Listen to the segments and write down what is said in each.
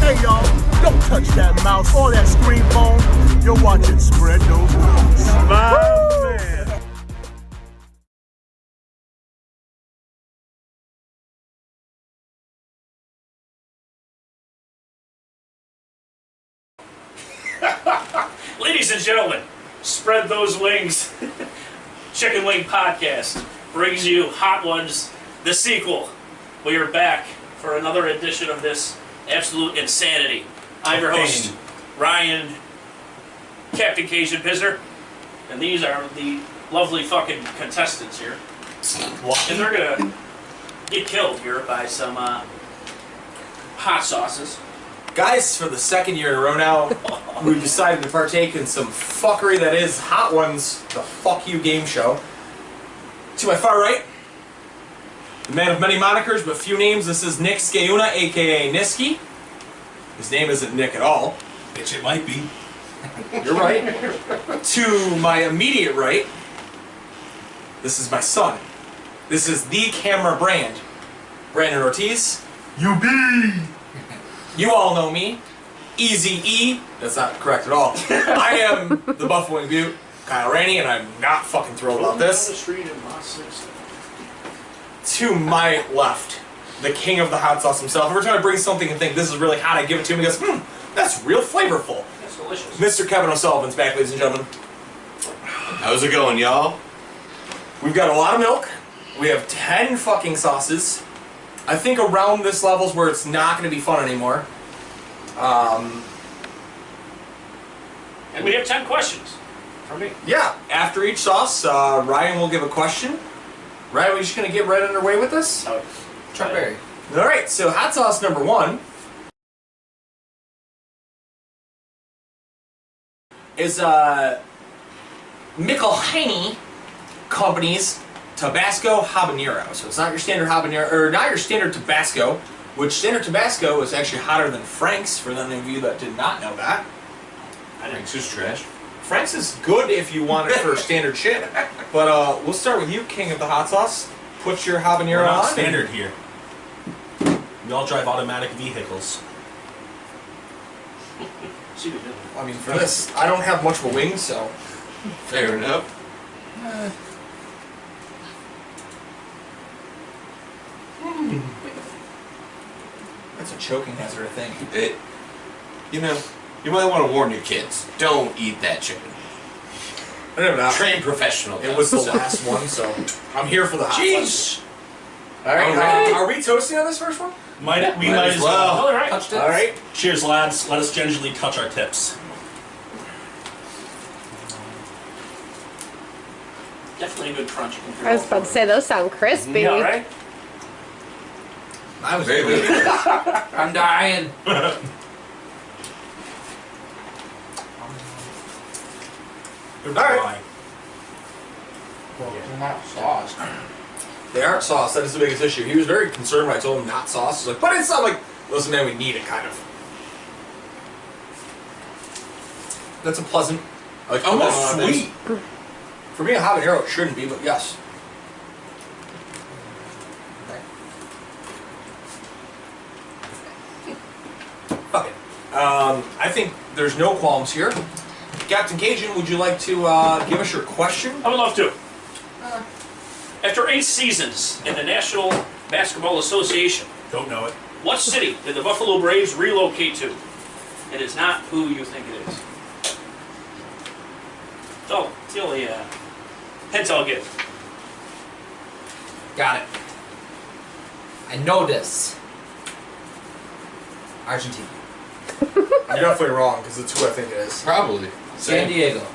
Hey y'all, don't touch that mouse or that screen phone. You're watching Spread Those Rules. Ladies and gentlemen, spread those wings. Chicken Wing Podcast brings you Hot Ones, the sequel. We are back for another edition of this absolute insanity. I'm your host, Ryan, Captain Cajun Pizzer, and these are the lovely fucking contestants here. And they're gonna get killed here by some uh, hot sauces. Guys, for the second year in a row now, we decided to partake in some fuckery that is Hot Ones, the Fuck You game show. To my far right, the man of many monikers but few names, this is Nick Skayuna, aka Niski. His name isn't Nick at all. Bitch, it might be. You're right. to my immediate right, this is my son. This is the camera brand, Brandon Ortiz. You be! You all know me, Easy E. That's not correct at all. I am the Buffalo Butte, Kyle Rainey, and I'm not fucking thrilled about Down the this. street in Las Vegas. To my left, the king of the hot sauce himself. Every time I bring something and think this is really hot, I give it to him. He goes, hmm, that's real flavorful. That's delicious. Mr. Kevin O'Sullivan's back, ladies and gentlemen. How's it going, y'all? We've got a lot of milk. We have 10 fucking sauces. I think around this level's where it's not going to be fun anymore. Um, And we have 10 questions for me. Yeah, after each sauce, uh, Ryan will give a question. Ryan, we're just gonna get right underway with this. Oh, Chuck Berry. All right, so hot sauce number one is uh, Michelheiny Company's Tabasco Habanero. So it's not your standard habanero, or not your standard Tabasco, which standard Tabasco is actually hotter than Frank's. For any of you that did not know that. Thanks, is trash. Frank's is good if you want it for standard shit. But uh, we'll start with you, King of the Hot Sauce. Put your habanero We're not on. standard here. We all drive automatic vehicles. see what you do. I mean, for this, I don't have much of a wing, so. Hmm. Fair enough. That's a choking hazard, I think. It, Eh, you know, you might want to warn your kids. Don't eat that chicken. I don't know. Train professional. It was the So- last one, so I'm here for the hot sauce. Jeez. All right, Alright. uh, are we toasting on this first one? Might, we Might might, as as well. All right. All right. Cheers, lads. Let us gingerly touch our tips. Definitely a good crunch. compared I was about to say those sound crispy. Yeah, right? I was Very good. I'm dying. All right. They're not sauced. They aren't sauce. That is the biggest issue. He was very concerned when I told him not sauce. He's like, but it's not like, listen, man, we need it, kind of. That's a pleasant, like Almost uh, sweet. For me, a habanero it shouldn't be, but yes. Fuck it. Um, I think there's no qualms here. Captain Cajun, would you like to uh, give us your question? I would love to. Uh. After eight seasons in the National Basketball Association, Don't know it. what city did the Buffalo Braves relocate to? It is not who you think it is. So, it's the only uh, Heads all good. Got it. I know this. Argentina. You're definitely wrong because it's who I think it is. Probably. San Diego.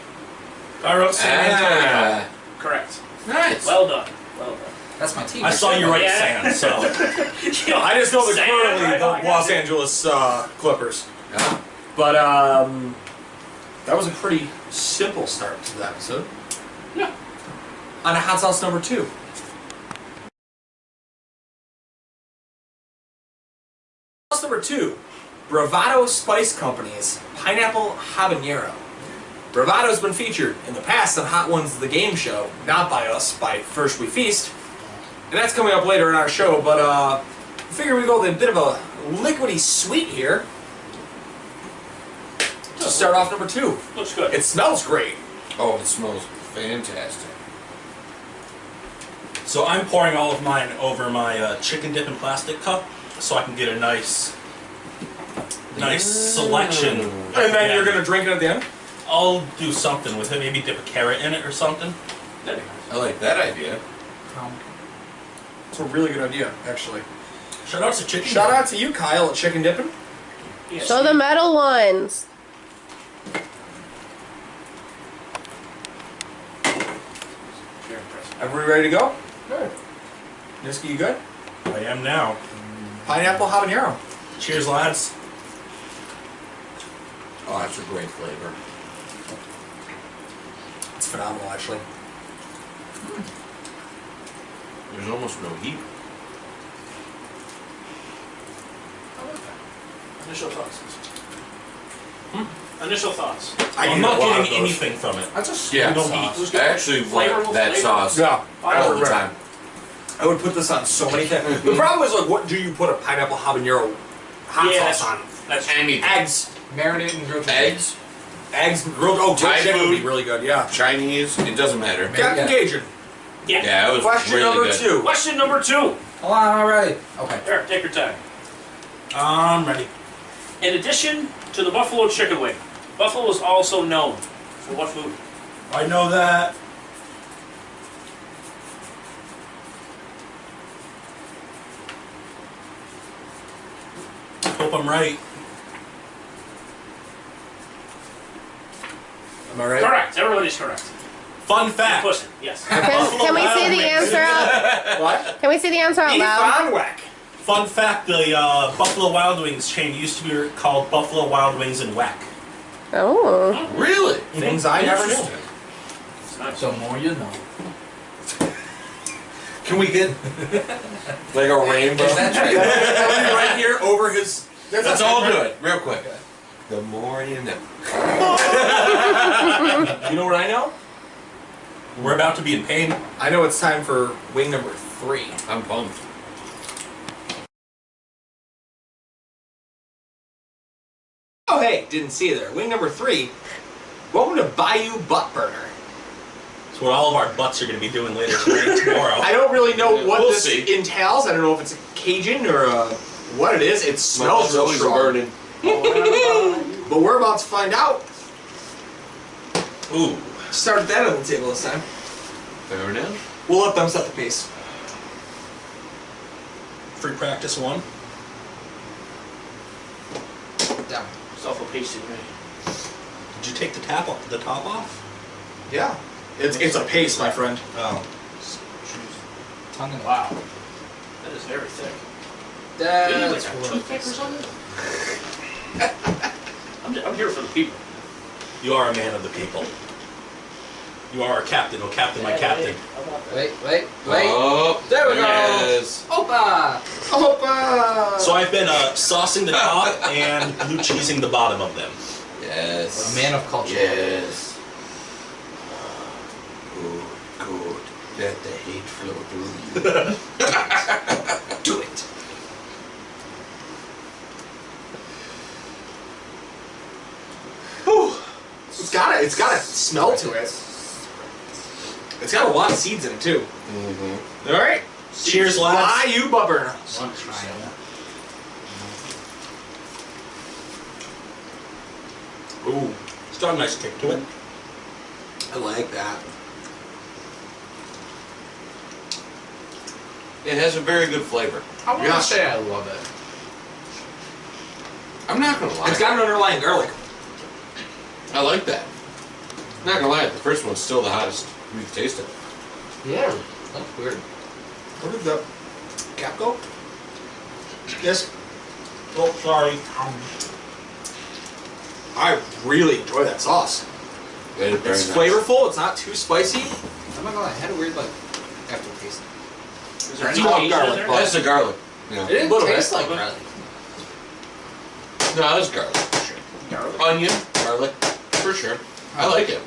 I wrote San Antonio. Ah, Correct. nice. Well done. Well done. That's my team. I saw you write Yeah. San, so I just know the San currently Antonio. the Los Angeles uh, Clippers. Ah, But um, that was a pretty simple start to the episode. Yeah. On a hot sauce number two. Hot sauce number two, Bravado Spice Company's Pineapple Habanero. Bravado's been featured in the past on Hot Ones the Game Show, not by us, by First We Feast. And that's coming up later in our show, but uh, I figure we go with a bit of a liquidy sweet here to start off number two. Looks good. It smells great. Oh, it smells fantastic. so I'm pouring all of mine over my uh, chicken dip in plastic cup, so I can get a nice, nice selection. And And then Yeah. you're gonna drink it at the end. I'll do something with it. Maybe dip a carrot in it or something. That'd be I like that idea. Um, It's a really good idea, actually. Shout out to chicken. Shout dip. out to you, Kyle, at Chicken Dippin'. nice. Yes. Show the metal ones. Very impressive. Everybody ready to go? Good. Niski, you good? I am now. Pineapple habanero. Cheers, lads. Oh, that's a great flavor. It's phenomenal, actually. There's almost no heat. Initial thoughts. Initial thoughts. Hmm? I I'm need not a lot of getting those. anything from it. That's a s- Yeah, No sauce. heat. I actually like Flavorful that flavor. sauce Yeah, I all would, the re- time. I would put this on so many things. the problem is, like, what do you put a pineapple habanero hot Yeah, sauce on? That's Anything. Eggs, marinated and grilled chicken. Eggs, eggs, grilled. Oh, Thai Thai would be food. really good. Yeah. Chinese, it doesn't matter. Maybe- Captain Cajun. yeah. Yeah, it was Question really number good. two. Question number two. Hold on, I'm ready. Okay. Eric, take your time. I'm ready. In addition to the buffalo chicken wing, buffalo is also known for what food? I know that. Hope I'm right. Am I right? Correct. Everybody's correct. Fun fact. Pussy. Yes. Can, can we see the answer out? What? Can we see the answer out Edie loud? Fonwack. Fun fact: the uh, Buffalo Wild Wings chain used to be called Buffalo Wild Wings and Whack. Oh, Really? Things I never knew. Interesting. It's not- So more you know. Can we get like a rainbow? Is that true? right here over his. Let's all do it real quick. The more you know. You know what I know? We're about to be in pain. I know it's time for wing number three. I'm pumped. Oh, hey, didn't see you there. Wing number three. Welcome to Bayou Butt Burner. It's what all of our butts are going to be doing later tonight, tomorrow. I don't really know Yeah, what we'll this see. entails. I don't know if it's a Cajun or a, what it is. It My smells butt's real always strong. burning. But we're about to find out. Ooh, Start that on the table this time. Fair enough. We'll let them set the pace. free practice one. Down. Self-apasting. right? Did you take the tap off, the top off? Yeah. It's, it's a pace, my friend. Oh, Tongue and Wow. That is very thick. Maybe like That's a what- toothpick or something? I'm, I'm here for the people. you are a man of the people. You are a captain. Oh, captain, my captain. Wait, wait, wait. Uh-huh. Oh, There we go. yes. Opa! Opa! So I've been uh, saucing the top and blue cheesing the bottom of them. Yes. A man of culture. Yes. Good, good. Let the hate flow through you. do it. Whew. It's got a, it's got a smell to it. It's got a lot of seeds in it too. All right. Mm-hmm. Cheers, lads. Why you bubber? One try. Ooh, it's got a nice kick to it. I like that. It has a very good flavor. I want Yeah. to say I love it. I'm not gonna lie. It's got an underlying garlic. I like that. Not gonna lie, the first one's still the hottest we've tasted. Yeah, that's weird. Where did the cap go? Yes, Oh, sorry. Um, I really enjoy that sauce. It is very It's nice. flavorful. It's not too spicy. I'm not gonna lie, I had a weird like aftertaste. Is there It's any all cheese in garlic. there? That's the garlic. It Yeah. didn't Little bit. taste like Little garlic. No, that's garlic for sure. garlic. Onion, garlic, for sure. I like it.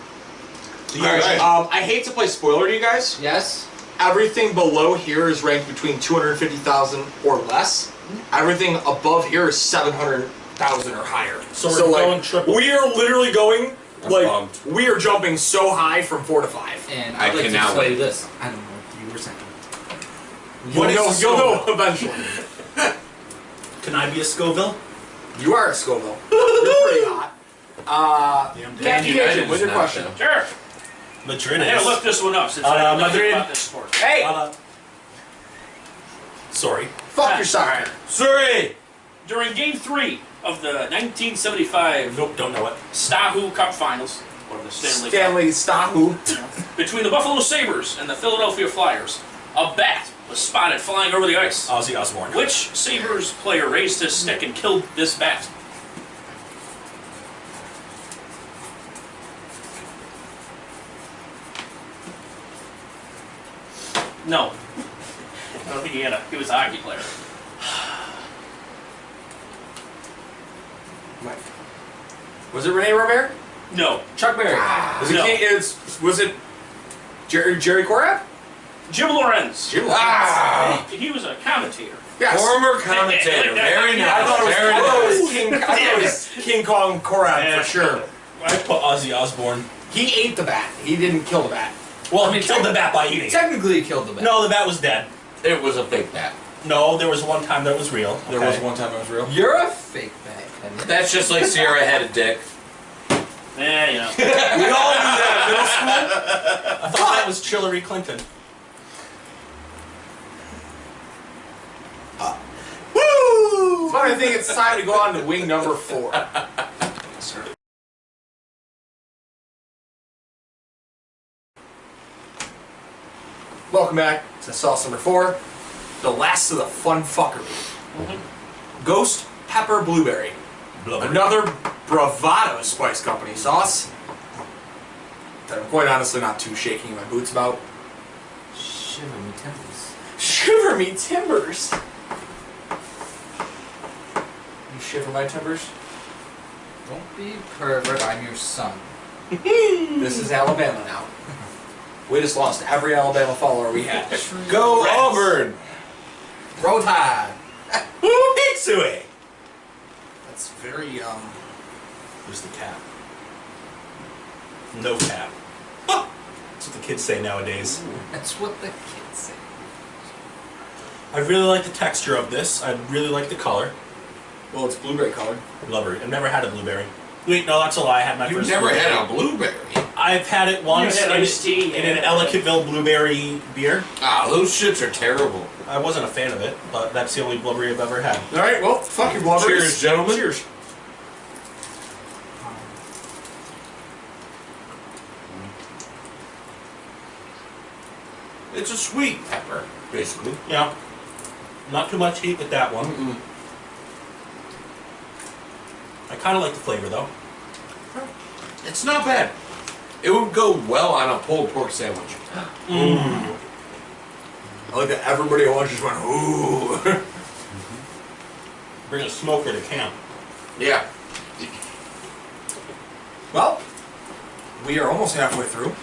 All right, Alright. Um, I hate to play spoiler to you guys. Yes. Everything below here is ranked between 250,000 or less. Mm-hmm. Everything above here is 700,000 or higher. So we're going triple. We are literally going I'm like bummed. we are jumping so high from four to five. And I I'd like to cannot tell you wait. this. I don't know if you were second. You'll What is know, a you'll know Scoville? eventually. Can I be a Scoville? You are a Scoville. You're pretty hot. Uh, Damn Captain United Agent, is what's your not, question? though. Sure. Madrid I gotta is. look this one up since I Uh, don't know Madrid. about this sport. Hey, Uh, sorry. fuck your soccer. Sorry! During Game Three of the 1975 Nope, don't know it. Stahu Cup Finals, or the Stanley, Cup, Stanley Stahu. between the Buffalo Sabers and the Philadelphia Flyers, a bat was spotted flying over the ice. Ozzy Osbourne. Which Sabres player raised his stick and killed this bat? No. I don't think he had a. He was a hockey player. Was it Rene Robert? No. Chuck Berry. Was it, No. Kane- it's, was it Jerry, Jerry Korat? Jim Lorenz. Jim Ah! He was a commentator. Yes. Former commentator. Very nice. I thought it was, Very I thought it nice. was King, I thought it was King Kong Korat Yeah. for sure. I put Ozzy Osbourne. He ate the bat. He didn't kill the bat. Well, he killed the bat by eating it. Technically, you killed the bat. No, the bat was dead. It was a fake bat. No, there was one time that was real. okay. one time it was real. You're a fake bat. Henry. That's just like Sierra had a dick. Eh, you know. We all knew that. Middle school. I thought that was Chillery Clinton. Woo! But I think it's time to go on to wing number four. Welcome back to sauce number four, the last of the fun fuckery. Mm-hmm. Ghost Pepper Blueberry, another bravado spice company sauce that I'm quite honestly not too shaking my boots about. Shiver me timbers. Shiver me timbers. You shiver my timbers? Don't be a pervert. I'm your son. This is Alabama now. We just lost every Alabama follower we had. Go Auburn! Roll Tide. Woo, Pixie! That's very, um, Who's the cap? No cap. That's what the kids say nowadays. That's what the kids say. I really like the texture of this. I really like the color. well, it's blueberry colored. Blueberry. I've never had a blueberry. Wait, no, that's a lie. I had my You first. never blueberry. had a blueberry. I've had it once had in, iced tea, in an yeah. Ellicottville blueberry beer. Ah, those shits are terrible. I wasn't a fan of it, but that's the only blueberry I've ever had. Alright, well, fuck your blueberries. Cheers, gentlemen. Cheers. It's a sweet pepper, basically. Yeah. Not too much heat with that one. I kind of like the flavor though. It's not bad. It would go well on a pulled pork sandwich. I like that everybody at once just went, ooh. Bring a smoker to camp. Yeah. well, we are almost halfway through.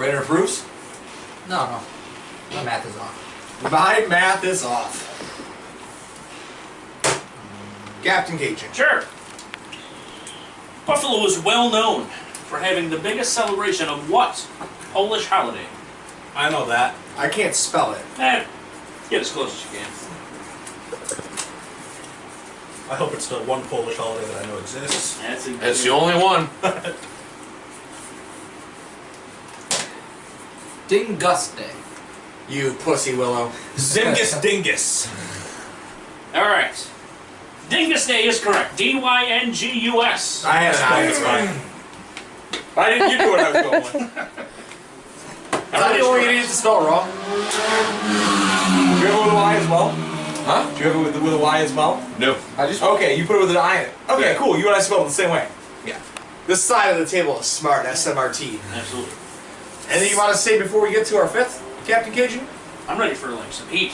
Ready to approves? No, no. My math is off. My math is off. Captain Cajun. Sure. Buffalo is well known for having the biggest celebration of what Polish holiday? I know that. I can't spell it. Eh, get as close as you can. I hope it's the one Polish holiday that I know exists. That's, a, That's the only one. Dingus Day. You pussy willow. Zingus Dingus. All right. Dingus Day is correct. D Y N G U S. I had an eye. It's fine. I didn't. You knew what I was going with. Is that the only idiot to spell wrong? Do you have it with a Y as well? Huh? Do you have it with, with a Y as well? No. I just Okay, you put it with an I in it. Okay, Yeah. cool. You and I spelled it the same way. Yeah. This side of the table is smart. SMRT. Absolutely. Anything you want to say before we get to our fifth, Captain Cajun? I'm ready for like some heat.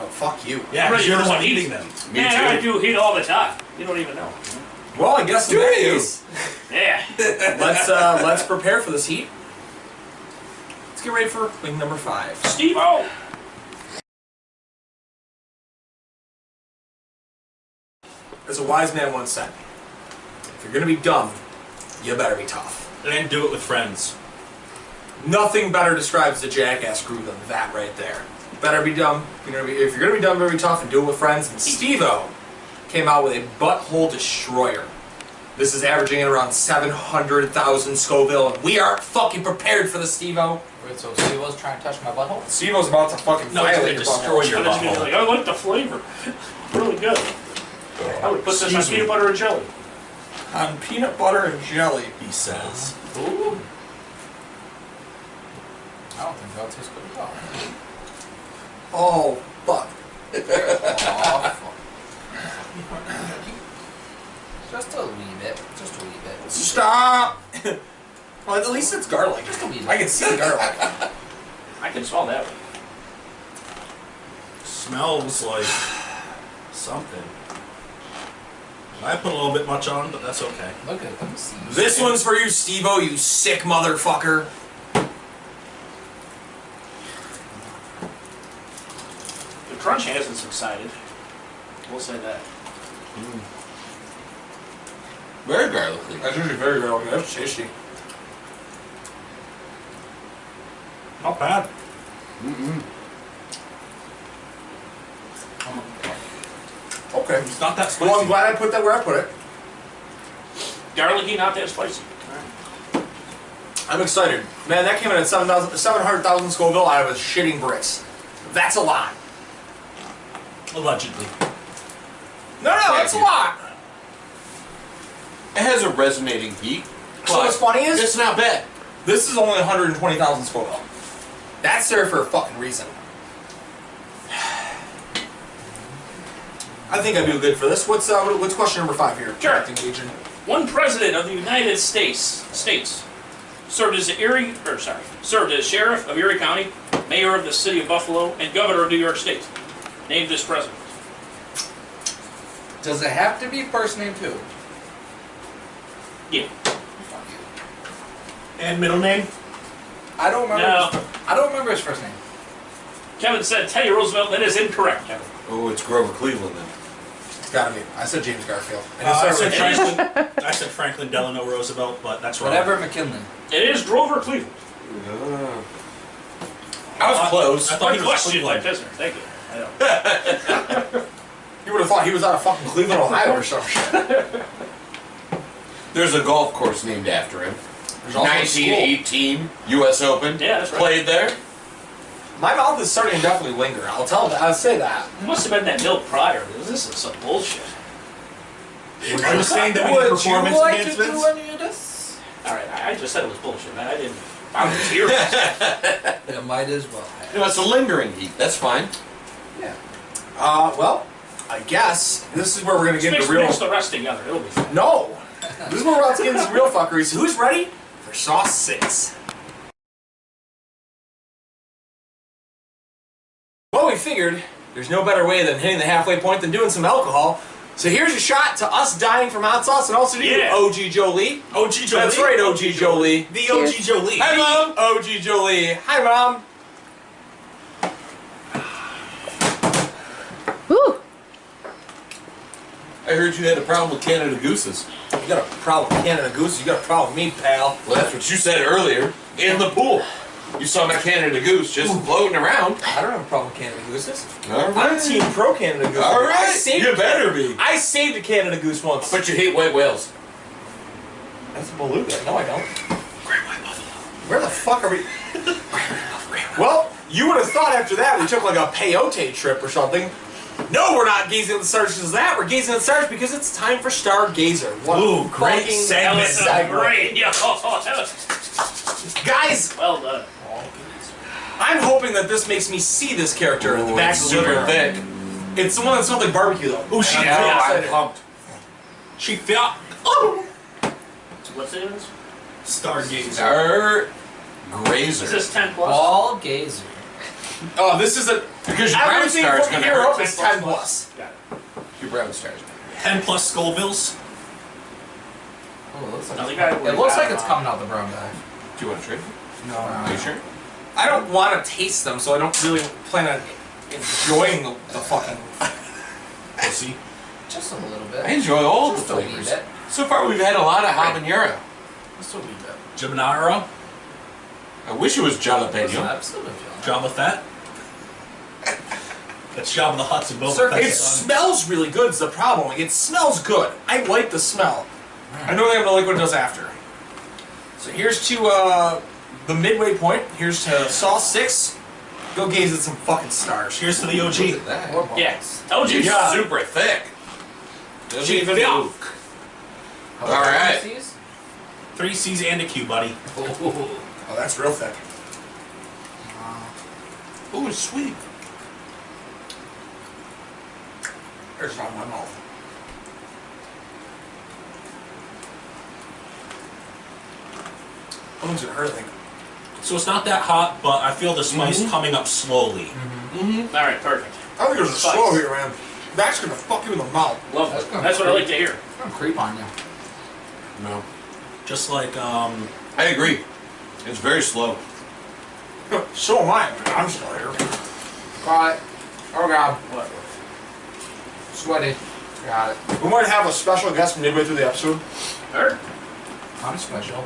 Oh, fuck you. Yeah, 'cause Right, you're the you're one the eating them. Me Man, I too. do heat all the time. You don't even know. Well, I guess in Do that you? case, Yeah. let's uh, let's prepare for this heat. Let's get ready for wing number five. Steve O. As a wise man once said, if you're gonna be dumb, you better be tough. And do it with friends. Nothing better describes the jackass crew than that right there. Better be dumb. You know, if you're gonna be dumb, better be tough and do it with friends. And Steve-O came out with a butthole destroyer. This is averaging at around 700,000 Scoville, and we aren't fucking prepared for the Steve-O. Wait, so Steve was trying to touch my butthole? Steve-O's about to fucking No, it's gonna violate your destroy butthole. your I'm just gonna be butthole. like, I like the flavor. Really good. I would put this on Excuse me. peanut butter and jelly. On peanut butter and jelly. He says. Ooh. I don't think that'll taste good at all. Oh, fuck. Awful. just a wee bit. Just a wee bit. Stop! well, at least it's garlic. Just a wee bit. I can see the garlic. I can smell that one. Smells like something. I put a little bit much on, but that's okay. Look at them. See. This one's for you, Steve-O, you sick motherfucker. The crunch hasn't subsided. We'll say that. Very garlicky. That's usually very garlic. That's tasty. Not bad. Okay. It's not that spicy. Well, I'm glad I put that where I put it. Garlicky, not that spicy. I'm excited. Man, that came in at 7,000 700,000 Scoville out of a shitting bricks. That's a lot. Allegedly. No, no, that's a lot. It has a resonating heat. So what's funny is, It's not bad. this is only 120,000 Scoville. That's there for a fucking reason. I think I do good for this. What's uh, what- what's question number five here? Sure. Acting agent? One president of the United States states served as the Erie, or sorry, served as sheriff of Erie County, mayor of the city of Buffalo, and governor of New York State. Named this president. Does it have to be first name too? Yeah. Fuck you. And middle name? I don't remember. No. His, I don't remember his first name. Kevin said Teddy Roosevelt. That is incorrect, Kevin. Oh, it's Grover Cleveland then. It's gotta be. I said James Garfield. I Uh, just I, said said Richard. Franklin, I said Franklin Delano Roosevelt, but that's wrong. Whatever McKinley. It is Grover Cleveland. I was close. I thought he Good was question, Cleveland. Pisner. Thank you. I know. You would have thought he was out of fucking Cleveland, Ohio or some shit. There's a golf course named after him. There's also a 1918 U.S. Open. Yeah, that's right. Played there. school. My mouth is starting to definitely linger. I'll tell that. I'll say that. Must have been that milk prior. This is some bullshit. Are you saying that we need performance enhancements? any of this? All right, I I just said it was bullshit, man. I didn't. I'm here. Yeah, might as well. Have. No, it's a lingering heat. That's fine. Yeah. Uh, well, I guess this is where we're gonna get mix, into real. mix the rest together. It'll be fine. No, this is where we're about to get into real fuckery. So who's ready for sauce six? Well, we figured there's no better way than hitting the halfway point than doing some alcohol. So here's a shot to us dying from hot sauce and also to you, Yeah. OG Jolie. OG Jolie. That's right, OG Jolie. The OG Jolie. Hi, Mom. OG Jolie. Hi, Mom. Woo! I heard you had a problem with Canada Gooses. You got a problem with Canada Goose. You got a problem with me, pal. Well, that's what you said earlier in the pool. You saw my Canada Goose just floating around. I don't have a problem with Canada Gooses. All I'm team pro Canada Goose. All right. I saved, You better be. I saved a Canada Goose once. But you hate white whales. that's a beluga. No, I don't. Where the fuck are we? You would have thought after that we took like a peyote trip or something. No, we're not gazing at the stars as that. We're gazing at the stars because it's time for Stargazer. What a Ooh, great fucking That segment. was so segue. uh, great. Yeah. that was- Guys, well uh, done. I'm hoping that this makes me see this character in the Ooh, back it's of the living super room. thick. It's the one that smells like barbecue though. Oh, she Yeah, I'm yeah, pumped. She felt What's it? is? Stargazer. Star Is Grazer. this ten plus? Ball gazer. Oh, this is a because your brown Everything star is from gonna here hurt. up is 10 plus. Got it. Your brown star's gonna hurt. Ten plus Scovilles. Oh, it looks like, Another it's, guy it looks like it's coming out the brown guy. Do you want to trade? No. Are you sure? I don't want to taste them, so I don't really plan on enjoying the, the fucking. Pussy. Just a little bit. I enjoy all the Just a wee flavors. bit. So far, we've had a lot of habanero. Just a wee bit. Jabinaro. I wish it was Listen, jalapeno. I'm still gonna feel Jabba Fett. That's Jabba the Hutt's and Boba Sir, it Fett's son. smells really good. Is the problem? Like it smells good. I like the smell. I know that I'm gonna like what it does after. So here's to uh, the midway point. Here's to Saw Six. Go gaze at some fucking stars. Cheers to the it. OG. Look at that. Yes. Told you. It's Yeah. super thick. Doesn't Gee, even yeah. move. How All about right. these? Three C's and a Q, buddy. Oh, Oh, that's real thick. Ooh, it's sweet. There's not my mouth. That one's gonna hurt, I think. So it's not that hot, but I feel the spice Mm-hmm. coming up slowly. All right. Perfect. I think there's a Spice. slow here, man. That's gonna fuck you in the mouth. Love That's it. gonna That's what I creep. like to hear. it's gonna creep on you. No. Just like um, I agree. It's very slow. so am I. but I'm still here. Got it. Oh god, What? sweaty. Got it. We might have a special guest midway through the episode. Heard? I'm special.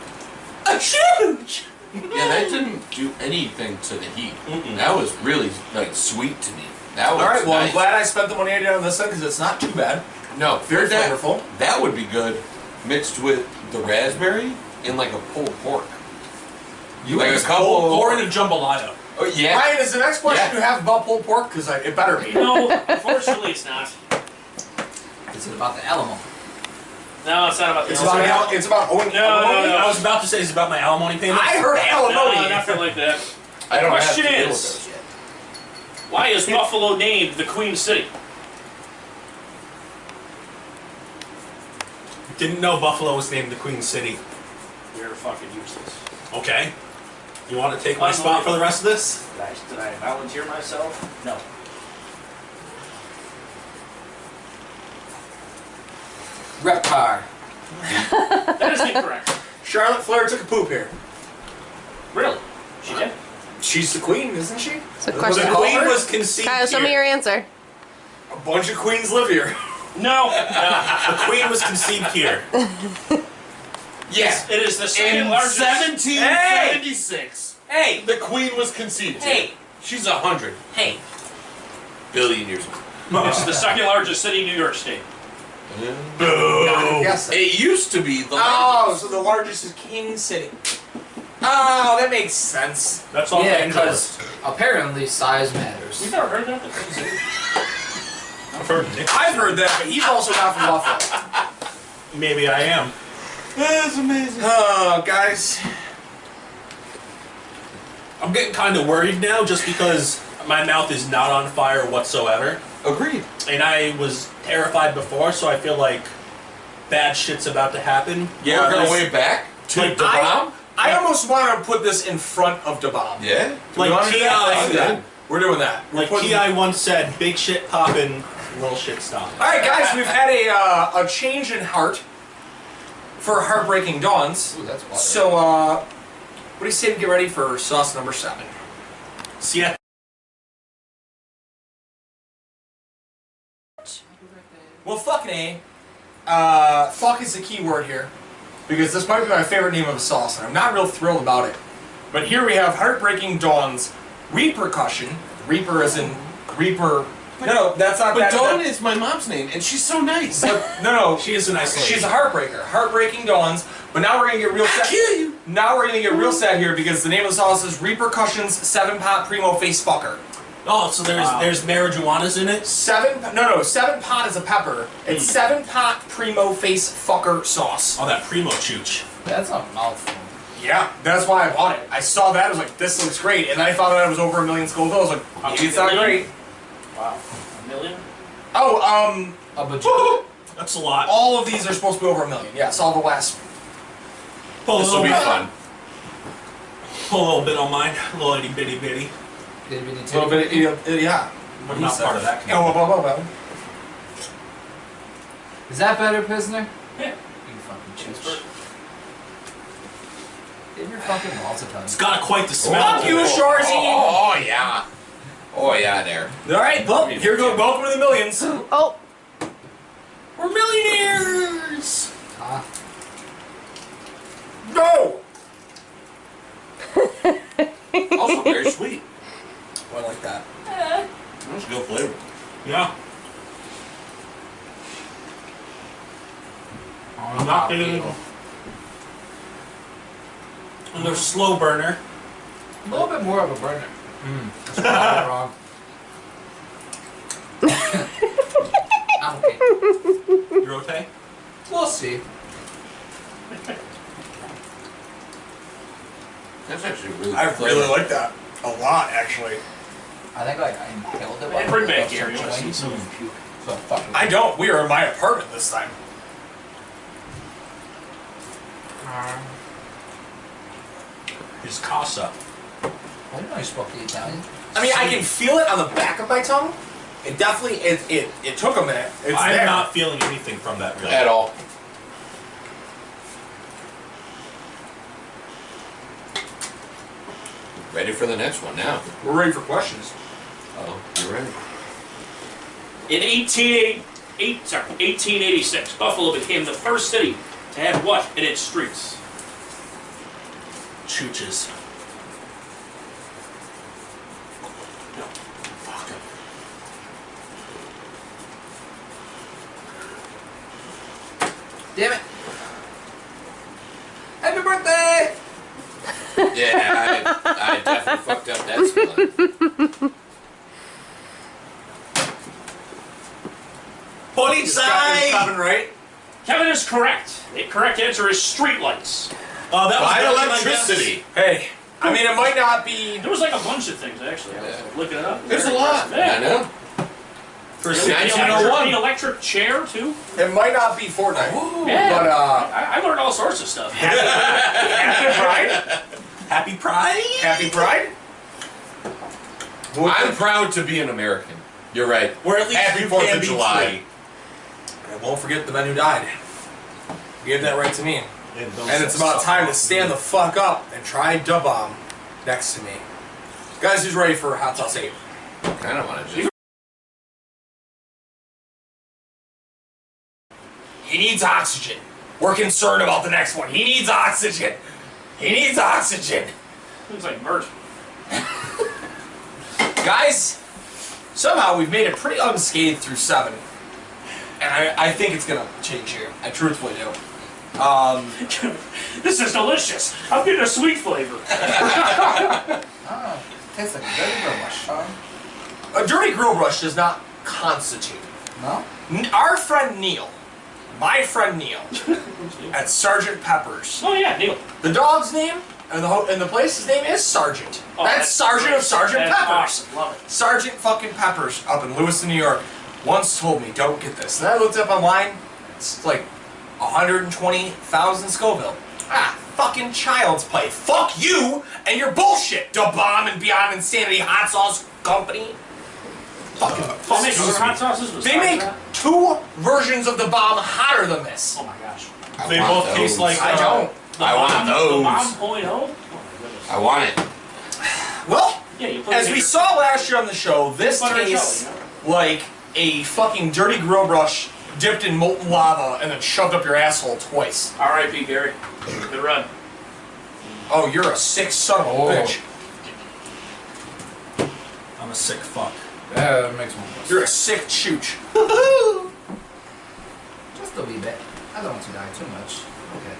A challenge! Yeah, that didn't do anything to the heat. That was really like sweet to me. That was All right. Well, I'm nice. glad I spent the money I did on this one because it's not too bad. No, Very that, flavorful. That would be good mixed with the raspberry and like a pulled pork. You like a just couple. pulled or in a jambalaya. oh yeah. Ryan, is the next question Yeah. you have about pulled pork? Because it better be. No. Unfortunately, it's not. Is it about the Alamo? No, it's not about the It's Alamo. about al- it's about Owen. No, no, alimony? no. I was about to say it's about my alimony payments. I heard alimony. No, nothing like that. I don't have to Question deal with is- those yet. Why is Buffalo named the Queen City? Didn't know Buffalo was named the Queen City. You're fucking useless. Okay. You want to take my spot for the rest of this? Did I, did I volunteer myself? No. Reptar. That is incorrect. Charlotte Flair took a poop here. really? She did? She's the queen, isn't she? It's a The question. queen was conceived Kyle, show me here. your answer. A bunch of queens live here. No. no. The Queen was conceived here. Yeah. It is the second In largest. 1776, Hey, the Queen was conceived. Hey. She's a hundred hey. billion years old. It's the second largest city in New York State. Oh. Yes. It used to be the. Oh, so the largest is King City. Oh, that makes sense. That's all. Yeah, I know. because apparently size matters. We've never heard that. before. I've heard Nick. I've heard that, but he's also not from Buffalo. Maybe I am. That's amazing. Oh, guys. I'm getting kind of worried now, just because my mouth is not on fire whatsoever, Agreed. and I was terrified before, so I feel like bad shit's about to happen. Yeah, we're Or gonna this- way back to Like, the I- bomb. I almost want to put this in front of the bomb. Yeah. Do we Like wanna do that? TI. Let's do that. We're doing that. We're Like putting- Ti once said, "Big shit poppin', little shit stoppin'." All right, guys, we've had a uh, a change in heart for heartbreaking dawns. Ooh, that's water. So, uh, what do you say to get ready for sauce number seven? See, I Well, fucking a. Uh, fuck is the key word here, because this might be my favorite name of a sauce, and I'm not real thrilled about it. But here we have heartbreaking dawns, repercussion. Reaper as in reaper. No, no, that's not But that. Dawn that- is my mom's name, and she's so nice. but- no, no, She is a nice lady. She's a heartbreaker. Heartbreaking dawns, But now we're gonna get real sad. Kill you. Now we're gonna get real sad here because the name of the sauce is Repercussions Seven Pot Primo Face Fucker. Oh, so there's Wow. there's marijuana's in it. Seven? No, no. Seven Pot is a pepper. It's Seven Pot Primo Face Fucker sauce. Oh, that primo chooch. That's a mouthful. Yeah, that's why I bought it. I saw that. I was like, this looks great. And then I found out it was over a million Scoville. I was like, maybe it's not great. Wow. A million? Oh, A bajillion. um, That's a lot. all of these are supposed to be over a million. Yes, all the last. Pull a This will be little, bit, fun. pull a little bit on mine. A little itty bitty bitty. Did we need to- little bit. Yeah. yeah. I'm not part of that. Oh, well, well, well, well. Is that better, Pisner? Yeah. You fucking chooch. Give your fucking walls a It's tongue. got quite the smell. Fuck you, Shorzy! Oh, oh, yeah. Oh, yeah, there. All right, well, here goes welcome to the millions. Oh, We're millionaires. Huh? Ah. No. Also very sweet. Oh, I like that. That's a good flavor. Yeah. I'm Ah. not getting Another slow burner. A little bit more of a burner. That's probably wrong. I'm okay. You're okay? We'll see. That's actually really I good flavor. really like that a lot, actually. I think like I inhaled it. Hey, while bring I back was here. You want to see chewing, some? So fucking. I don't. We are in my apartment this time. His casa. I didn't know you spoke the Italian. I mean, I can feel it on the back of my tongue. It definitely. It it, it took a minute. It's I'm there. not feeling anything from that really. At all. Ready for the next one now. We're ready for questions. Oh, you're ready. In 18, eight, sorry, 1886, Buffalo became the first city to have what in its streets? Chooches. Damn it! Happy birthday! Yeah, I, I definitely fucked up that spelling. Polizei! Seven, right? Kevin is correct. The correct answer is streetlights. Oh, that was Buy definitely my electricity. Hey, I mean, it might not be. There was like a bunch of things actually. I was like, looking it up. There's a lot. I Yeah. know. guess. For The Nice. six- electric, 1901. the electric chair too. It might not be Fortnite. Yeah. But uh, I, I learned all sorts of stuff. happy pride. Happy Pride? Happy pride. I'm proud to be an American. You're right. Or at least Happy you Fourth can of be July. I won't forget the men who died. Give that right to me. free. And it's about time to stand the fuck up and try dub bomb next to me. Guys, who's ready for Hot Sauce 8? Kind of want to just. He needs oxygen. We're concerned about the next one. He needs oxygen. He needs oxygen. Things like merch. Guys, somehow we've made it pretty unscathed through seven. And I, I think it's gonna change here. I truthfully do. Um, This is delicious. I'm getting a sweet flavor. Oh, tastes like a dirty girl wash. a dirty grill brush does not constitute No? N- Our friend Neil, my friend Neil, at Sergeant Pepper's. Oh yeah, Neil. The dog's name and the ho- and the place's name is Sergeant. Oh, that's, Sergeant great. of Sergeant That's Peppers. Awesome. Love it. Sergeant fucking Peppers up in Lewiston, New York, once told me, "Don't get this." And I looked up online. It's like 120,000 Scoville. Ah, fucking child's play. Fuck you and your bullshit. Da bomb and Beyond Insanity Hot Sauce Company. Fucking. They fuck make you. other hot sauces with They sides make of that? two versions of the bomb hotter than this. Oh my gosh. I They want both those. taste like- uh, I don't. The I want bomb- those. The bomb point oh. Oh my goodness. I want it. Well, Yeah, you put it as in we your- saw last year on the show, this Butter and tastes jelly, like a fucking dirty grill brush dipped in molten lava and then shoved up your asshole twice. R.I.P. Gary. Good run. Oh, you're a sick son of a Oh. bitch. I'm a sick fuck. Yeah, that makes one. You're a sick chooch. Just a wee bit. I don't want to die too much. Okay.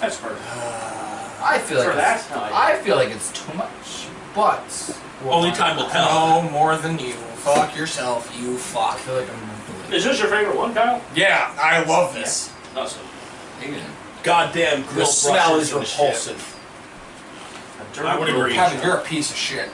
That's hard. I feel like For it's, that? No, I- I feel like it's too much, but Only time will No tell. more than you. Fuck yourself, you I fuck. feel like I'm mentally Is this your favorite one, Kyle? Yeah, I love this. Awesome. ignorant. Goddamn The grill smell brushes is and shit. repulsive. I would agree. Kevin, you're a piece of shit.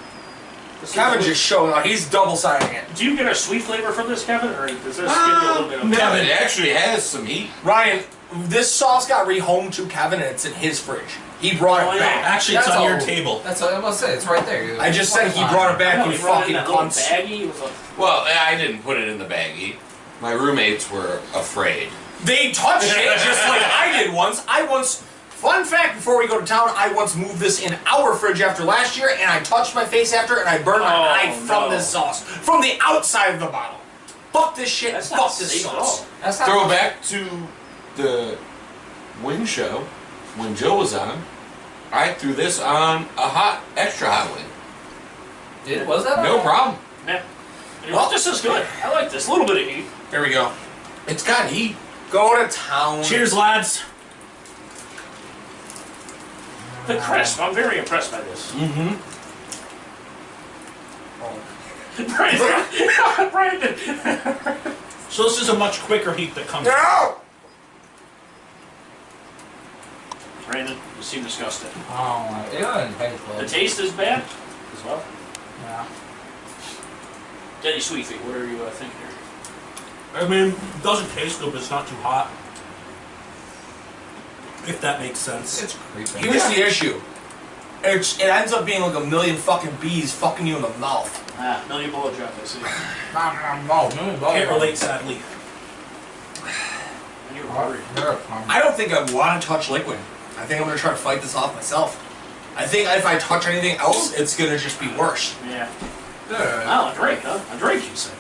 Kevin just showing up. He's double siding it. Do you get a sweet flavor from this, Kevin, or does this give you a little bit Ah, of? no, it actually has some heat. Ryan, this sauce got rehomed to Kevin and it's in his fridge. He brought Oh, it yeah. back. Actually, it's That's on your all. table. That's what I must say. It's right there. I just said he brought it back, No, you he brought it fucking in that little cunts. baggie with a- Well, I didn't put it in the baggie. My roommates were afraid. They touched it just like I did once. I once, fun fact before we go to town, I once moved this in our fridge after last year and I touched my face after and I burned my Oh, eye from no. this sauce. From the outside of the bottle. Fuck this shit, That's not fuck this safe at sauce. all. That's not Throw back to the Wing show when Joe was on. I threw this on a hot, extra hot wing. Did was that? No on? problem. Yeah. Well, this is good. I like this. A little bit of heat. Here we go. It's got heat. Go to town. Cheers, lads. The crisp. I'm very impressed by this. Mm-hmm. Oh, Brandon. Brandon. So this is a much quicker heat that comes. No! Brandon, you seem disgusted. Oh my. It wasn't very The close. taste is bad as well. Yeah. Daddy Sweet Feet, what are you uh, thinking here? I mean, it doesn't taste good, but it's not too hot. If that makes sense. It's creepy. Here's the issue. It's, it ends up being like a million fucking bees fucking you in the mouth. Ah, million bullet drop, I see. And No, no, no. Can't relate, sadly. you're hungry. I I don't think I want to touch liquid. I think I'm gonna try to fight this off myself. I think if I touch anything else, it's gonna just be worse. Yeah. don't. Oh, a drink, huh? A drink, you said.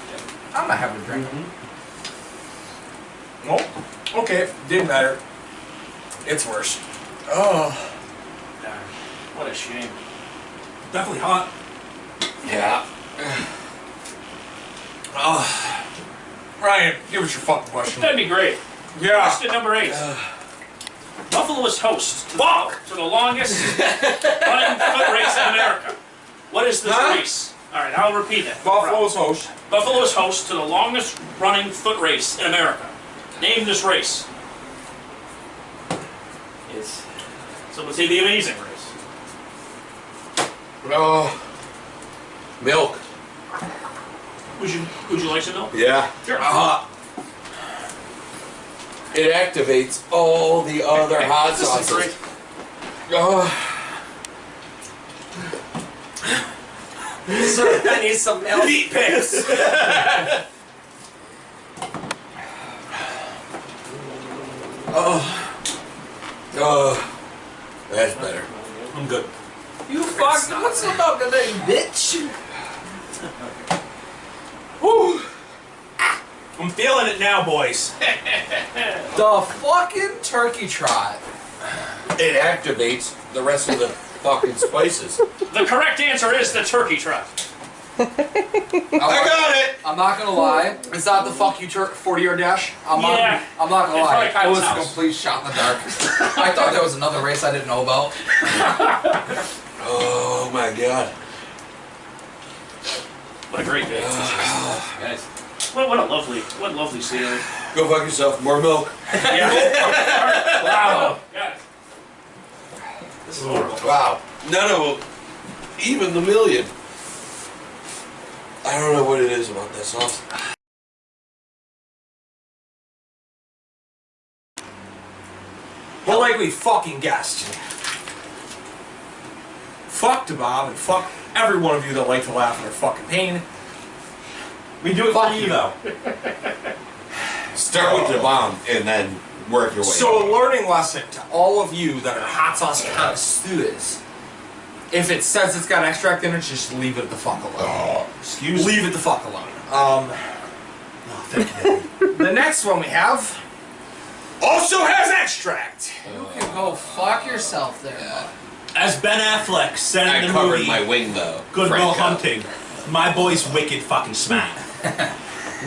I'm gonna have a drink. Well, okay, didn't matter. It's worse. Oh, Darn. What a shame. Definitely hot. Yeah. oh. Ryan, give us your fucking question. That'd be great. Yeah. Question number eight. Buffalo is host to the, to the longest running foot race in America. What is this Huh? race? All right, I'll repeat that. Buffalo's host. Buffalo is host to the longest running foot race in America. Name this race. It's Some would say the amazing race. Oh. Milk. Would you Would you like to know? Yeah. Sure. Uh-huh. It activates all the other hot This is sauces. great. Oh, Sir, I need some milk. Meat pants. oh, that's better. I'm good. you fucked. What's the milk in there, bitch? I'm feeling it now, boys. The fucking turkey trot. It activates the rest of the fucking spices. The correct answer is the turkey trot. I'm I not, got it. I'm not gonna lie. It's not the fuck you turk 40 yard dash. I'm not, Yeah. I'm not gonna It's lie. probably It was a Kyle's house. complete shot in the dark. I thought there was another race I didn't know about. Oh my god. What a great day. Guys, What, what a lovely, what lovely scenery. Go fuck yourself. More milk. Yeah. wow. Guys. This is horrible. Wow. None of them. Even the million. I don't know what it is about that sauce. But like we fucking guessed. Fuck to Bob and fuck every one of you that like to laugh at our fucking pain. We do it Fuck for you you. though. Start with the bomb and then work your way. So up. a learning lesson to all of you that are hot sauce connoisseurs. If it says it's got extract in it, just leave it the fuck alone. Excuse me. Leave it the fuck alone. Um no, thank you. the next one we have also has extract. you can go fuck yourself there. As Ben Affleck said I in the covered movie, my wing though. Good Will Franco. Hunting, my boy's wicked fucking smack.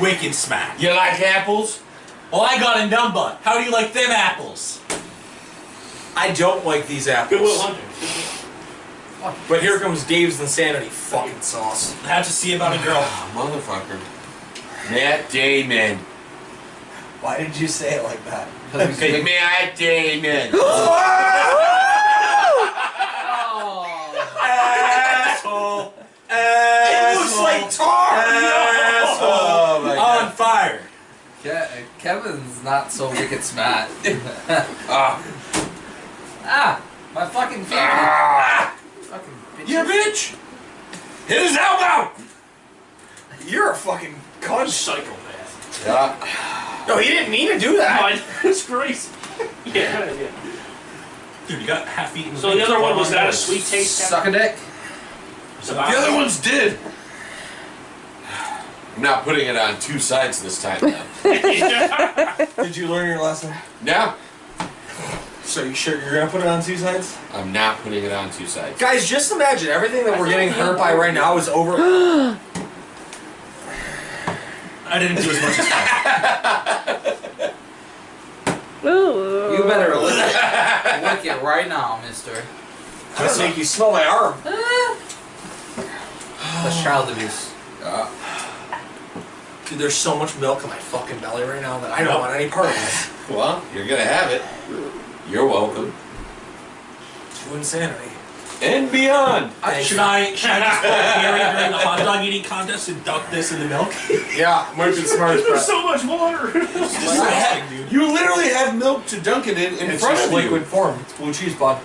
wicked smack. You like apples? Well, I got a number. How do you like them apples? I don't like these Goodwill apples. Hunting. But here comes Dave's insanity fucking sauce. Had to see about a girl. Motherfucker. Matt Damon. Why did you say it like that? Hey, Matt Damon. Oh, Asshole. It looks like tar! Oh my god. On fire. Ke- Kevin's not so wicked smart. Ah, ah, my fucking finger. ah, Fucking bitch. you bitch! Hit his elbow! You're a fucking I'm a cunt. psychopath. Yeah. No, he didn't mean to do that. Mine. It's crazy. Yeah, yeah. Dude, you got half eaten. So the other one was not a sweet taste. Suck a dick. The The other ones did. I'm not putting it on two sides this time now. Did you learn your lesson? no, So you sure you're gonna put it on two sides? I'm not putting it on two sides. Guys, just imagine everything that we're getting hurt by right now is over. I didn't do as much as that. Ooh. You better lick it. lick it right now, mister. Let's make you smell my arm. That's child abuse. Dude, there's so much milk in my fucking belly right now that I don't want any part of this. Well, you're gonna have it. You're welcome. To insanity. And beyond. I Should I, should I just put Gary during the hot dog eating contest and dunk this in the milk? Yeah, might be the smartest There's bet. so much water. Disgusting, dude. You literally have milk to dunk it in in It's front just of liquid you. form. It's blue cheese, bud.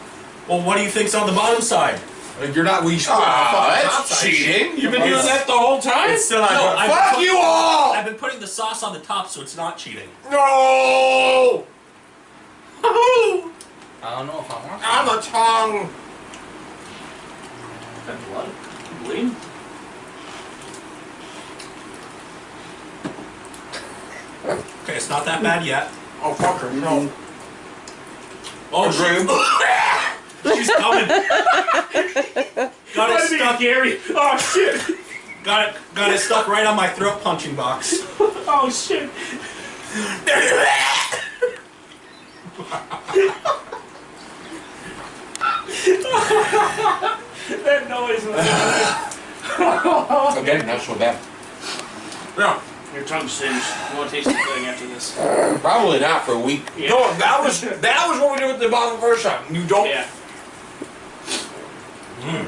Well, what do you think's on the bottom side? Like, You're not. We should. put it on Ah, fucking top that's side. cheating. You've been It's- doing that the whole time. It's still not. No, good. I- Fuck you all. I've been putting the sauce on the top, so it's not cheating. No. I don't know if I want. On the tongue. blood. Bleeding. Okay, it's not that bad yet. Oh fucker, no. Mm-hmm. Oh, she- she's coming. got it That'd be stuck. Gary. Oh shit. Got it. Got it stuck right on my throat punching box. Oh shit. that noise was Okay, not so bad. No, Your tongue singed. You want to taste anything after this? Probably not for a week. Yeah. no, that was that was what we did with the bottle the first time. You don't. Yeah. Hmm.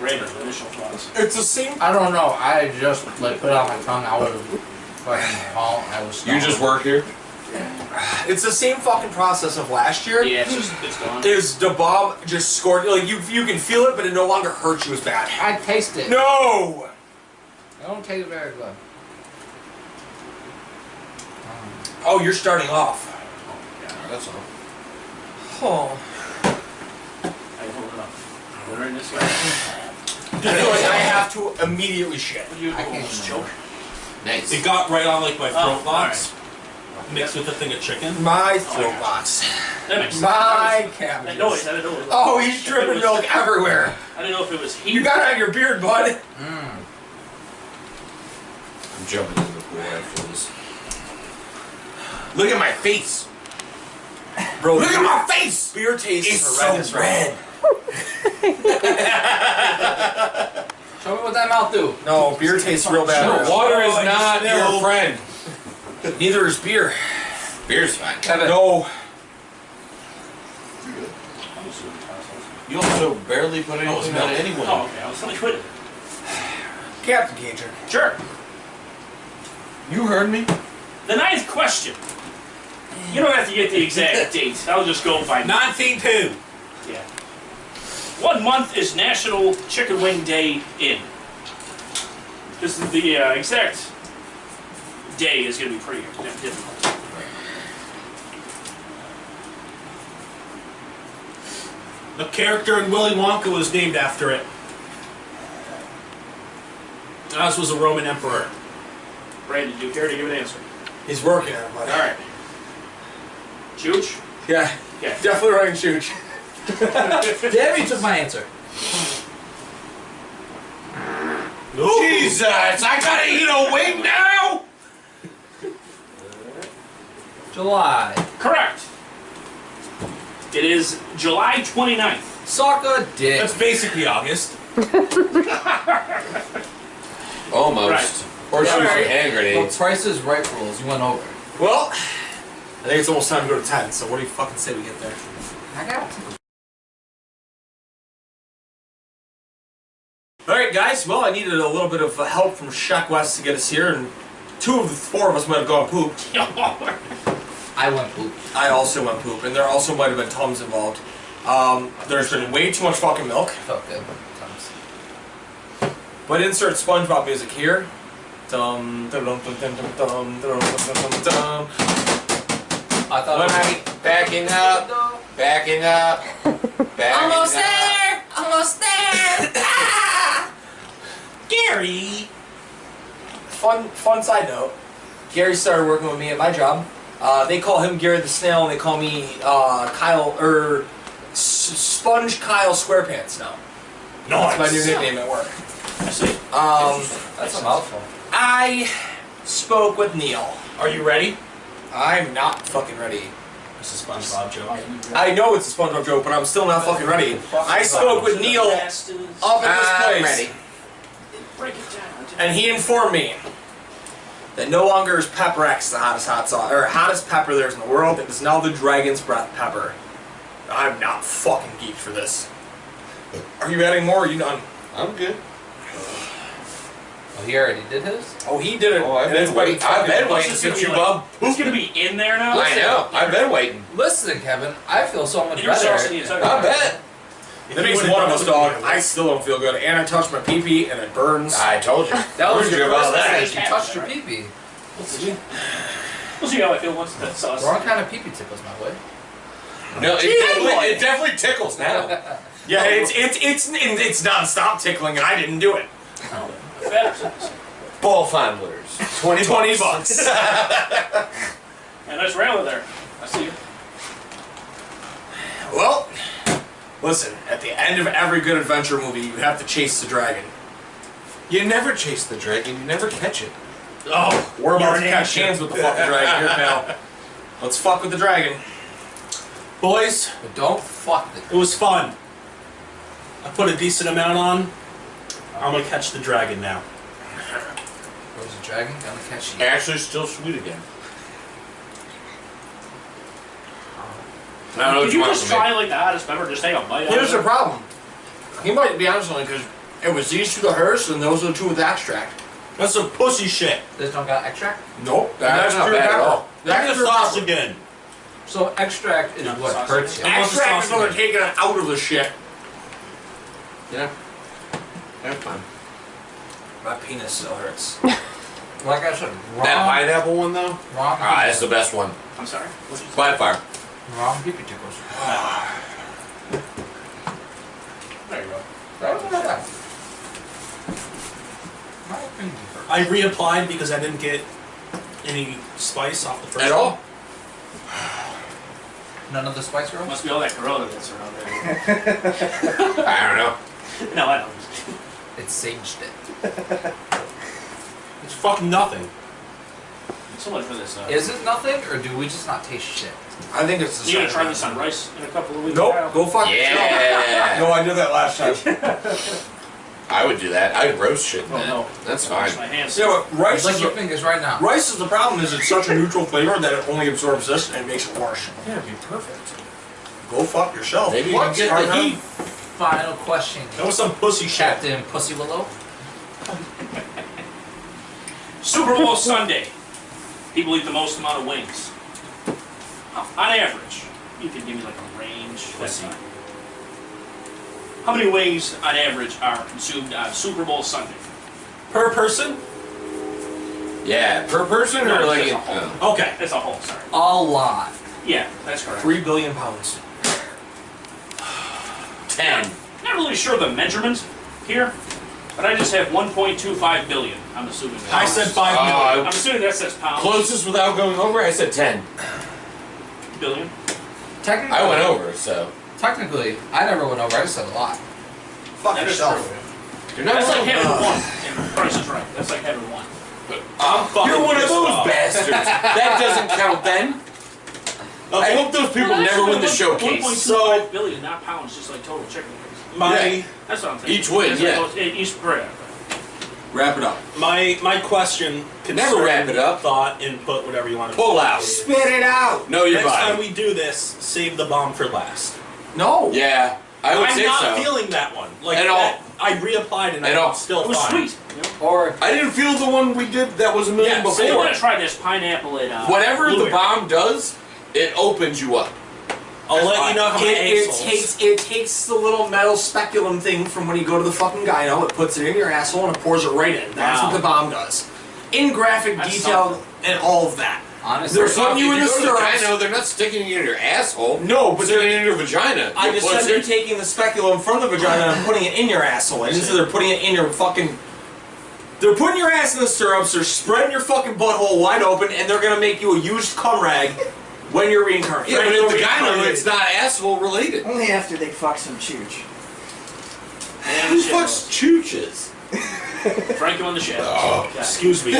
Raymond, initial thoughts. It's the same. I don't know. I just like put out my tongue. I was fucking fall. I was. You just work here. It's the same fucking process of last year. Yeah, it's just it's gone. Is the bomb just scored? Like you, you can feel it, but it no longer hurts you as bad. I taste it. No. I don't taste very good. Oh, you're starting off. That's all. Oh. I hold it up. Winner in this way. I feel like I have to immediately shit. What do you I can't Just remember. choke? Nice. It got right on like my Oh, throat box, mixed with a thing of chicken. My throat box. That makes sense. My That cavities. noise, that noise. Oh, he's dripping milk everywhere. I didn't know if it was heat. You got it on your beard, bud. I'm jumping in the pool after this. Look at my face. Bro, Look at my face. beer taste It's is so horrendous right red. Show me what that mouth do. now. No, beer tastes real bad. Sure, water is Oh, I not smell- your friend. Neither is beer. Beer's fine. Kevin. No. You also barely put Oh, it's anything on milk. anyone. Oh, okay. I was like, wait. Captain Gager. Sure. You heard me. The ninth question. You don't have to get the exact date. I'll just go by Nineteen two. Yeah. What month is National Chicken Wing Day in? This is the uh, exact day is going to be pretty difficult. The character in Willy Wonka was named after it. As was a Roman emperor. Brandon, do you care to give an answer? He's working on it, All buddy. right. Chooch? Yeah, Okay. definitely running shoot. Damn, you took my answer. Jesus, I gotta eat a wing now. July. Correct. It is July 29th. Suck a dick. That's basically August. Almost. Right. Or she was Alright. a hand Well, grenade. Price is Right rules. You went over. Well, I think it's almost time to go to 10, so what do you fucking say we get there? I got Alright, guys, well, I needed a little bit of uh, help from Shaq West to get us here, and two of the four of us might have gone poop. I went poop. I also went poop, and there also might have been Tums involved. Um, there's been way too much fucking milk, Felt good. Tums. but insert SpongeBob music here. Dum, dum, dum, dum, dum, dum, dum, dum, dum, dum, dum. I thought. When it was- I- Backing up. Backing up. Backing up. Almost there! Gary! Fun, fun side note. Gary started working with me at my job. Uh, they call him Gary the Snail, and they call me uh, Kyle or S- Sponge Kyle Squarepants now. That's my new Nice! nickname at work. I see. Um, That's a mouthful. I spoke with Neil. Are you ready? I'm not fucking ready. This is SpongeBob joke. I know it's a SpongeBob joke, but I'm still not fucking ready. I spoke with Neil up Last is- at this place. Break it down. and he informed me that no longer is Pepper X the hottest hot sauce or hottest pepper there is in the world. It is now the Dragon's Breath pepper. I'm not fucking geeked for this. Are you adding more? Or are you done? I'm good. Well, he already did his? Oh, he did it. Oh, I've and it's been waiting. fucking- I've been What's waiting this since you gonna be like? bub. Who's gonna be in there now? I know. I've been waiting. Listen, Kevin, I feel so much You're better. saucing the entire- I bet. That makes one of us dog. I still don't feel good, and I touched my pee pee, and it burns. I told you. That was Told you your about first that. mistake. You touched your pee-pee. We'll see how I feel once that sauce. Wrong kind of pee-pee tickles my way. No, it definitely, it definitely tickles now. Yeah, it's it's it's it's nonstop tickling, and I didn't do it. Fat- Ball fondlers. Twenty Twenty bucks. And that's Rayla there. I see you. Well, listen, at the end of every good adventure movie, you have to chase the dragon. You never chase the dragon. You never catch it. Oh, we're about You're to an catch ancient. hands with the fucking dragon here, pal. Let's fuck with the dragon. Boys, But don't fuck the... it was fun. I put a decent amount on. I'm gonna catch the dragon now. There's a dragon gonna catch you. Ashley's still sweet again. I don't know Did which you one just to make. try like the hottest pepper? Just take a bite. out of Here's it? the problem. He might be honest only because it was these two the hearse and those are the two with the extract. That's some pussy shit. This don't got extract? Nope. That's not bad at all. Give me That's the sauce again. So extract is Yeah, what sausage. hurts you. I want the Extract sauce is what they're again. taking it out of the shit. Yeah. Have fun. My penis still hurts. Like I said, wrong, That pineapple one though? wrong, Ah, pee-pee- that's the best one. I'm sorry. What's it- By far. wrong pee-pee tickles. There you go. That was not bad. My opinion. I reapplied because I didn't get any spice off the first At all? None of the Spice Girls? Must be all that gorilla that's around there. I don't know. no, I don't. It saged it. It's fucking nothing. So much for this. Uh, Is it nothing, or do we just not taste shit? I think it's the you gonna shit. try this on rice in a couple of weeks? Nope. Go fuck Yeah. No, I did that last time. I would do that. I'd roast shit. in Oh, that. no. That's Wash fine. My hands. You know what? Rice Lick is your the- fingers right now. rice is the problem. Is it's such a neutral flavor that it only absorbs this and it makes it worse. Yeah, it'd be perfect. Go fuck yourself. Maybe you can get the partner? heat. Final question, That was some pussy shit. Captain Pussy Willow. Super Bowl Sunday. People eat the most amount of wings. On average, you could give me like a range. That's fine. How many wings on average are consumed on Super Bowl Sunday? Per person? Yeah, per person or No, like it's it, just a whole. Okay. That's a whole, sorry. A lot. Yeah, that's correct. Three billion pounds. ten. Not really sure of the measurements here, but I just have 1.25 billion. I'm assuming. that- I said five Oh, million. I'm assuming that says pounds. Closest without going over, I said ten. Billion. Technically, I went over, so Technically, I never went over. I just said a lot. Fuck That is yourself. true. you're not That's like wrong. having one. And Price is right. That's like having one. I'm fucking You're one of pissed those off. bastards. That doesn't count then. I hope those people Well, never actually, win the one- showcase. 1.25 billion, not pounds, just like total chicken wings. My Yeah. That's what I'm thinking. Each wing, That's yeah. what those- Each bread. Wrap it up. my my question. Never wrap it up. Thought, input, whatever you want to. Pull out. Spit it out. Know your Next time body. we do this, save the bomb for last. No. Yeah, I would I'm say not so. feeling that one. Like At all. that, I reapplied and At I'm all. still It was fine. sweet. you know? Or I didn't feel the one we did that was a million Yeah, before. So you want to try this pineapple at uh, Whatever Blue the Apron. bomb does, it opens you up. I'll let you know how many it, it assholes. takes it takes the little metal speculum thing from when you go to the fucking gyno. It puts it in your asshole and it pours it right in. That's Wow. what the bomb does. In graphic That's detail and all of that. Honestly, They're putting you in the you go to the stirrups. gyno, they're not sticking you in your asshole. No, but but they're in your vagina. I It just puts said they're it- taking the speculum from the vagina and putting it in your asshole. I didn't say they're putting it in your fucking. They're putting your ass in the stirrups. They're spreading your fucking butthole wide open, and they're gonna make you a used cum rag when you're reincarnated. Yeah, but When in the you're gyno, reincarnated. it's not asshole related. Only after they fuck some chooch. And Who shit fucks chooches? rolls. Frank you on the shadows. Yeah. Excuse me.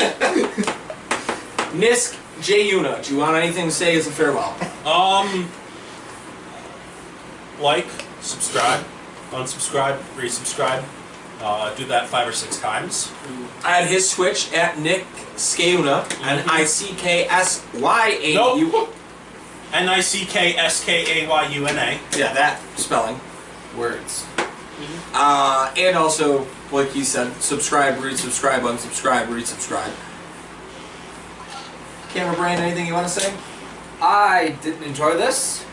Nisk J Una. Do you want anything to say as a farewell? Um, like, subscribe, unsubscribe, resubscribe. Uh, do that five or six times. At his Twitch at Nick Skyuna and I C K S Y A U. N I C K S K A Y U N A. Yeah, that spelling. words. Uh, and also, like he said, subscribe, resubscribe, unsubscribe, resubscribe. Camera Brian, anything you want to say? I didn't enjoy this.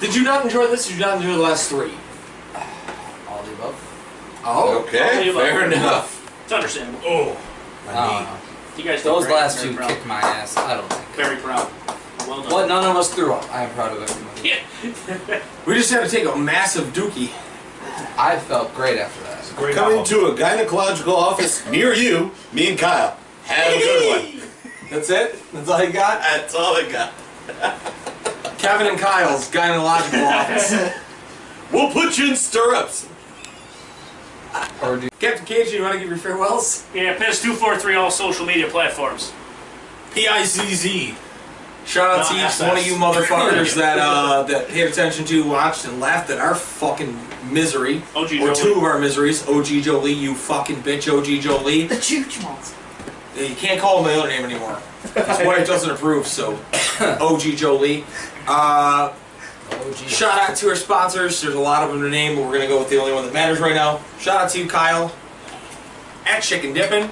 Did you not enjoy this? Did you not enjoy the last three? All the above. Oh, Okay, I'll leave fair it. enough. It's understandable. Oh, Uh, You guys did those very, last very two proud. kicked my ass. I don't think. Very proud. Well done. Well, none of us threw up. I am proud of everyone. Yeah. we just had to take a massive dookie. I felt great after that. great Come album. into a gynecological office near you, me and Kyle. Have a good one. That's it? That's all you got? That's all I got. Kevin and Kyle's gynecological office. We'll put you in stirrups. Or do Captain Cage, you want to give your farewells? Yeah, Piss 243 all social media platforms. P I Z Z. Shout out to Not each one of you motherfuckers that uh, that paid attention to, watched, and laughed at our fucking misery. OG or Jolie. two of our miseries. OG Jolie, you fucking bitch, OG Jolie. The chooch monster. You can't call him my other name anymore. His wife doesn't approve, so OG Jolie. Uh, oh, geez. shout out to our sponsors. There's a lot of them to name, but we're gonna go with the only one that matters right now. Shout out to you, Kyle. At Chicken Dippin'.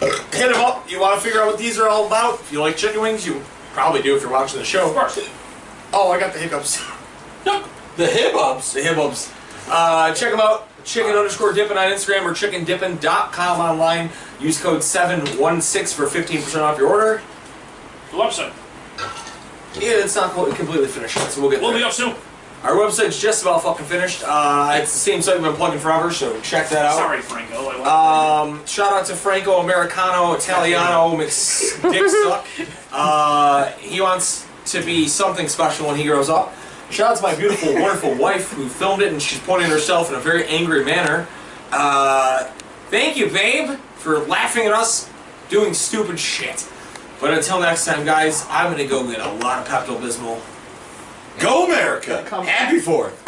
Hit him up. You want to figure out what these are all about? If you like chicken wings, you probably do if you're watching the show. Oh, I got the hiccups. The hip ups. The hiccups. Uh, check them out. Chicken underscore dippin' on Instagram or chickendippin.com online. Use code 716 for 15% off your order. The website. Yeah, it's not quite- completely finished yet, so we'll get We'll there. be up soon. Our website's just about fucking finished. Uh, it's the same site we've been plugging forever, so check that out. Sorry, Franco. I Uh, Um, shout out to Franco Americano Italiano Mix Dick Suck. Uh, he wants to be something special when he grows up. Shout out to my beautiful, wonderful wife who filmed it and she's pointing at herself in a very angry manner. Uh, thank you, babe, for laughing at us doing stupid shit. But until next time, guys, I'm gonna go get a lot of Pepto Bismol. Go America. Happy 4th.